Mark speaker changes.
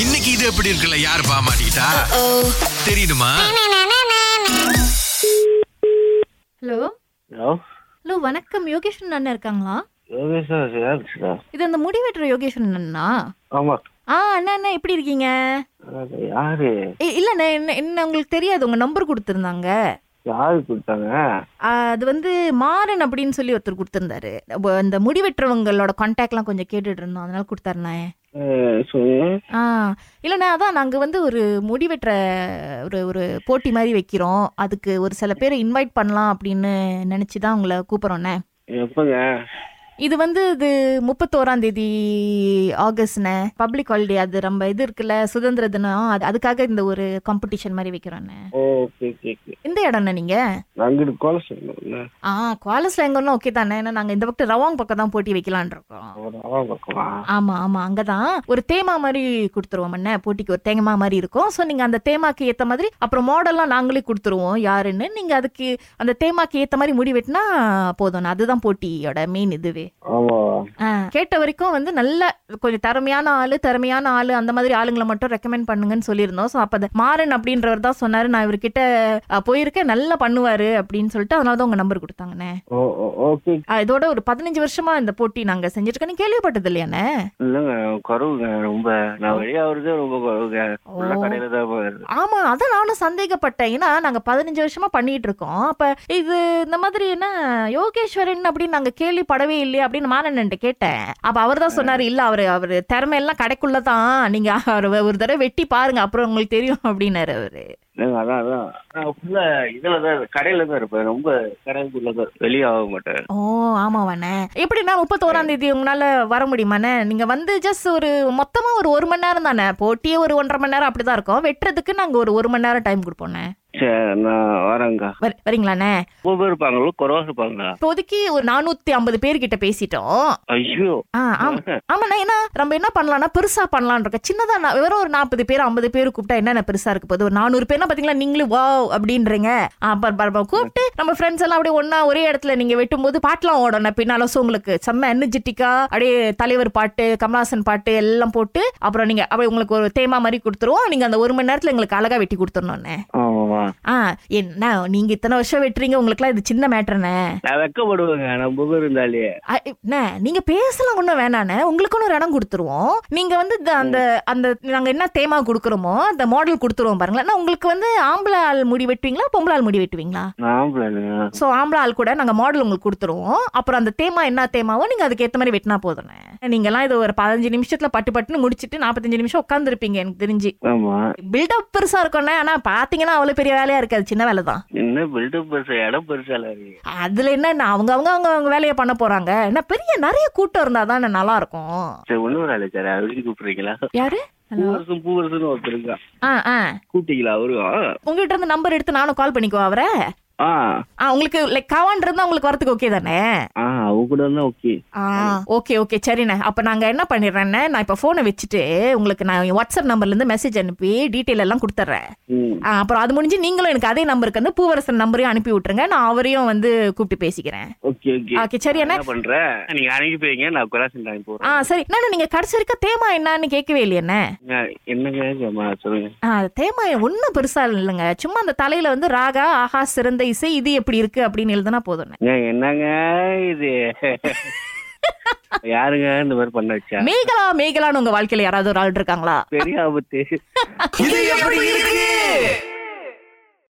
Speaker 1: இன்னைக்கு இது எப்படி இருக்குல்ல யார் பாமாட்டா தெரியுமா
Speaker 2: ஹலோ
Speaker 3: ஹலோ
Speaker 2: ஹலோ வணக்கம் யோகேஸ்வரன் அண்ணன் இருக்காங்களா
Speaker 3: யோகேஷ் யாருச்சுடா
Speaker 2: இது அந்த முடிவெட்டுற யோகேஸ்வரன் அண்ணா
Speaker 3: ஆமா
Speaker 2: ஆ அண்ணா அண்ணா எப்படி இருக்கீங்க
Speaker 3: அது யாரு
Speaker 2: ஏ, இல்லண்ணா என்ன என்ன உங்களுக்கு தெரியாது உங்க நம்பர் கொடுத்துருந்தாங்க
Speaker 3: யாரு கொடுத்தாங்க
Speaker 2: அது வந்து மாறன் அப்படின்னு சொல்லி ஒருத்தர் கொடுத்துருந்தாரு அப்ப அந்த முடிவெட்டுறவங்களோட கான்டாக்ட்லாம் கொஞ்சம் கேட்டுட்டு இருந்தோம் அதனால கொடுத்தாருண்ணே
Speaker 3: அஹ் சொல்லு
Speaker 2: ஆ இல்லைண்ணா அதான் நாங்கள் வந்து ஒரு முடி வெட்டுற ஒரு ஒரு போட்டி மாதிரி வைக்கிறோம் அதுக்கு ஒரு சில பேரை இன்வைட் பண்ணலாம் அப்படின்னு நினச்சி தான் உங்களை கூப்பிட்றோண்ணே
Speaker 3: எப்பங்க
Speaker 2: இது வந்து இது முப்பத்தோராம் தேதி ஆகஸ்ட்ண்ணே பப்ளிக் ஹாலிடே அது ரொம்ப இது இருக்குல்ல சுதந்திர தினம் அது அதுக்காக இந்த ஒரு காம்படிஷன் மாதிரி வைக்கிறோண்ணே
Speaker 3: ஓகே ஓகே ஓகே
Speaker 2: இந்த இடம்ண்ணே நீங்கள்
Speaker 3: அங்கிட்டு கோல சொல்லணும்ல
Speaker 2: ஆ குவாலஸ் எங்கன்னா ஓகே தானே ஏன்னா நாங்கள் இந்த பக்கம் ரவாங் பக்கம் தான் போட்டி வைக்கலான் இருக்கோம்
Speaker 3: ஒரு அவா பக்கமா
Speaker 2: ஆமா ஆமா அங்கதான் ஒரு தேமா மாதிரி கொடுத்துருவோம் என்ன போட்டிக்கு ஒரு தேமா மாதிரி இருக்கும் ஸோ நீங்க அந்த தேமாக்கு ஏத்த மாதிரி அப்புறம் மாடல்லாம் நாங்களே கொடுத்துருவோம் யாருன்னு நீங்க அதுக்கு அந்த தேமாக்கு ஏத்த மாதிரி முடி வெட்டினா போதும் அதுதான் போட்டியோட மெயின் இதுவே
Speaker 3: ஆமா
Speaker 2: ஆ, கேட்ட வரைக்கும் வந்து நல்ல கொஞ்சம் திறமையான ஆளு திறமையான ஆளு அந்த மாதிரி ஆளுங்களை மட்டும் ரெக்கமெண்ட் பண்ணுங்கன்னு சொல்லியிருந்தோம் ஸோ அப்போ மாறன் அப்படின்றவர் தான் சொன்னாரு நான் இவர்கிட்ட அ, போயிருக்கேன் நல்லா பண்ணுவாரு அப்படின்னு சொல்லிட்டு அதனால தான் உங்க நம்பர் கொடுத்தாங்கண்ணே
Speaker 3: ஓ ஓ, ஓகே
Speaker 2: ஆ, இதோட ஒரு பதினஞ்சு வருஷமா இந்த போட்டி நாங்க செஞ்சிருக்கோன்னு கேள்விப்பட்டது இல்லையாண்ணே
Speaker 3: இல்லைங்க குறவுங்க ரொம்ப நான் வெளியாகிறதே ரொம்ப குறவுங்க ஃபுல்லாக கடையில தான் போகிறது
Speaker 2: ஆமா அதான் நானும் சந்தேகப்பட்டேன் ஏன்னா நாங்க பதினஞ்சு வருஷமா பண்ணிட்டு இருக்கோம் அப்ப இது இந்த மாதிரி என்ன யோகேஸ்வரன் அப்படின்னு நாங்க கேள்விப்படவே இல்லையா அப்படின்னு மாறன்ட்டு கேட்டேன் அப்ப அவர் தான் சொன்னாரு இல்ல அவரு அவரு திறமையெல்லாம் கடைக்குள்ள தான் நீங்க அவரை ஒரு தடவை வெட்டி பாருங்க அப்புறம் உங்களுக்கு தெரியும் அப்படின்னாரு அவரு
Speaker 3: இல்லைங்க அதான் அதான் நான் ஃபுல்லாக இதில் தான் கடையில் தான் இருப்பேன் ரொம்ப கடைக்குள்ளே தான் வெளியாக மாட்டேன்
Speaker 2: ஓ ஆமாவாண்ணே எப்படின்னா முப்பத்தோராம் தேதி உங்களால வர முடியுமாண்ணே நீங்க வந்து ஜஸ்ட் ஒரு மொத்தமா ஒரு ஒரு மணி நேரம் தானே போட்டியே ஒரு ஒன்றரை மணி நேரம் அப்படிதான் இருக்கும் வெட்டுறதுக்கு நாங்க ஒரு ஒரு மணி நேரம் டைம் கொடுப்போண்ணே
Speaker 3: சரி நான் வரேங்க
Speaker 2: வர- வரீங்களாண்ணே
Speaker 3: ரொம்ப பேர் இருப்பாங்களோ குறவா இருப்பாங்களா
Speaker 2: இப்போதைக்கு ஒரு நானூத்தி ஐம்பது பேர்கிட்ட பேசிட்டோம்
Speaker 3: ஐயோ
Speaker 2: ஆ, ஆம். ஆமாண்ணா ஏன்னா நம்ம என்ன பண்ணலாம்னா பெருசா பண்ணலாம்னு இருக்க சின்னதா நான் வெறும் ஒரு நாற்பது பேர் ஐம்பது பேர் கூப்பிட்டா என்னென்ன பெருசா இருக்க போகுது ஒரு நானூறு பேர்னா பாத்தீங்களா நீங்களும் வா அப்படின்றீங்க ஆ, பர- பர- பர. கூப்பிட்டு நம்ம ஃப்ரெண்ட்ஸ் எல்லாம் அப்படியே ஒண்ணா ஒரே இடத்துல நீங்க வெட்டும் போது பாட்டெல்லாம் ஓடணும் பின்னால ஸோ உங்களுக்கு செம்ம எனர்ஜெட்டிக்கா அப்படியே தலைவர் பாட்டு கமலாசன் பாட்டு எல்லாம் போட்டு அப்புறம் நீங்க அப்படியே உங்களுக்கு ஒரு தேமா மாதிரி கொடுத்துருவோம் நீங்க அந்த ஒரு மணி நேரத்துல எங்களுக்கு அழகா வெட்டி கொடுத்துடணும்ண்ணே
Speaker 3: ஆமாவா
Speaker 2: ஆ என்ன நீங்க இத்தனை வருஷம் வெட்டுறீங்க உங்களுக்குலாம் இது சின்ன மேட்டர்ண்ணே
Speaker 3: நான் வெக்கப்படுவேங்க நம்ம பேர் இருந்தாலே
Speaker 2: அ, அண்ணே, நீங்க பேசலாம் ஒன்றும் வேணாண்ணே உங்களுக்குன்னு ஒரு இடம் கொடுத்துருவோம் நீங்க வந்து இந்த- அந்த அந்த நாங்க என்ன தேமா கொடுக்குறோமோ அந்த மாடல் கொடுத்துருவோம் பாருங்களேன் நான் உங்களுக்கு வந்து ஆம்பளை ஆள் முடி வெட்டுவீங்களா பொம்பளை ஆள் முடி வெட்டுவீங்களா
Speaker 3: நான் பிள்ளைங்க
Speaker 2: ஸோ ஆம்பளை ஆள் கூட நாங்க மாடல் உங்களுக்கு கொடுத்துருவோம் அப்புறம் அந்த தேமா என்ன தேமாவோ நீங்க அதுக்கு ஏத்த மாதிரி வெட்டினா போதுண்ணே நீங்கலாம் இது ஒரு பதினஞ்சு நிமிஷத்துல பட்டு பட்டுன்னு முடிச்சிட்டு நாற்பத்தஞ்சு நிமிஷம் உட்காந்துருப்பீங்க எனக்கு தெரிஞ்சு
Speaker 3: ஆமா
Speaker 2: பில்டப் பெருசா இருக்கும்ண்ணே ஆனா பாத்தீங்கன்னா அவ்வளவு பெரிய வேலையா இருக்காது சின்ன வேலை தான்
Speaker 3: என்ன பில்டப் பெருசா இடம் பெருசால இருக்கு
Speaker 2: அதுல என்ன அவங்க அவங்க அவங்க அவங்க வேலையை பண்ண போறாங்க என்ன பெரிய நிறைய கூட்டம் இருந்தாதான் நல்லா இருக்கும்
Speaker 3: சரி ஒண்ணு வேலை சார் அவருக்கு கூப்பிடுறீங்களா
Speaker 2: யாரு ஹலோ
Speaker 3: பூவரசன் பூவரசன் ஒருத்தர் இருக்கா
Speaker 2: ஆ ஆ
Speaker 3: கூட்டிங்களா அவரும்
Speaker 2: உங்ககிட்ட இருந்து நம்பர் எடுத்து நானும் கால் பண்ணிக்குவா அவரை
Speaker 3: ஆ
Speaker 2: ஆ உங்களுக்கு லைக் காவான் இருந்தா உங்களுக்கு வரதுக்கு ஓகே தானே
Speaker 3: ஆ அவங்க கூட இருந்தா ஓகே
Speaker 2: ஆ ஓகே ஓகே சரிண்ணே அப்போ நாங்கள் என்ன பண்ணிடுறேண்ணே நான் இப்போ ஃபோனை வச்சுட்டு உங்களுக்கு நான் என் வாட்ஸ்அப் நம்பர்லேருந்து மெசேஜ் அனுப்பி டீட்டெயில் எல்லாம் கொடுத்துட்றேன்
Speaker 3: ம்
Speaker 2: ஆ, அப்புறம் அது முடிஞ்சு நீங்களும் எனக்கு அதே நம்பருக்கு வந்து பூவரசன் நம்பரையும் அனுப்பி விட்டுருங்க நான் அவரையும் வந்து கூப்பிட்டு பேசிக்கிறேன்
Speaker 3: ஓகே ஓகே
Speaker 2: ஓகே சரி
Speaker 3: என்ன பண்ற நீங்க அனுப்பி போய்ங்க நான் குலாசன் டைம்
Speaker 2: ஆ சரி நான் நீங்கள் கடைசி வரைக்கும் தேமா என்னன்னு கேட்கவே இல்லையண்ணே
Speaker 3: போறேன் என்னங்க ஏம்மா, சொல்லுங்க
Speaker 2: ஆ, தேமா ஒன்றும் பெருசாக இல்லைங்க சும்மா அந்த தலையில் வந்து ராகா ஆஹா சிறந்த இசை இது எப்படி இருக்கு அப்படின்னு எழுதுனா போதும்
Speaker 3: ஏன், என்னங்க இது யாருங்க இந்த மாதிரி பண்ண வச்சா
Speaker 2: மேகலா மேகலான்னு உங்க வாழ்க்கையில யாராவது ஒரு ஆள் இருக்காங்களா
Speaker 3: பெரிய ஆபத்து
Speaker 1: இது எப்படி இருக்கு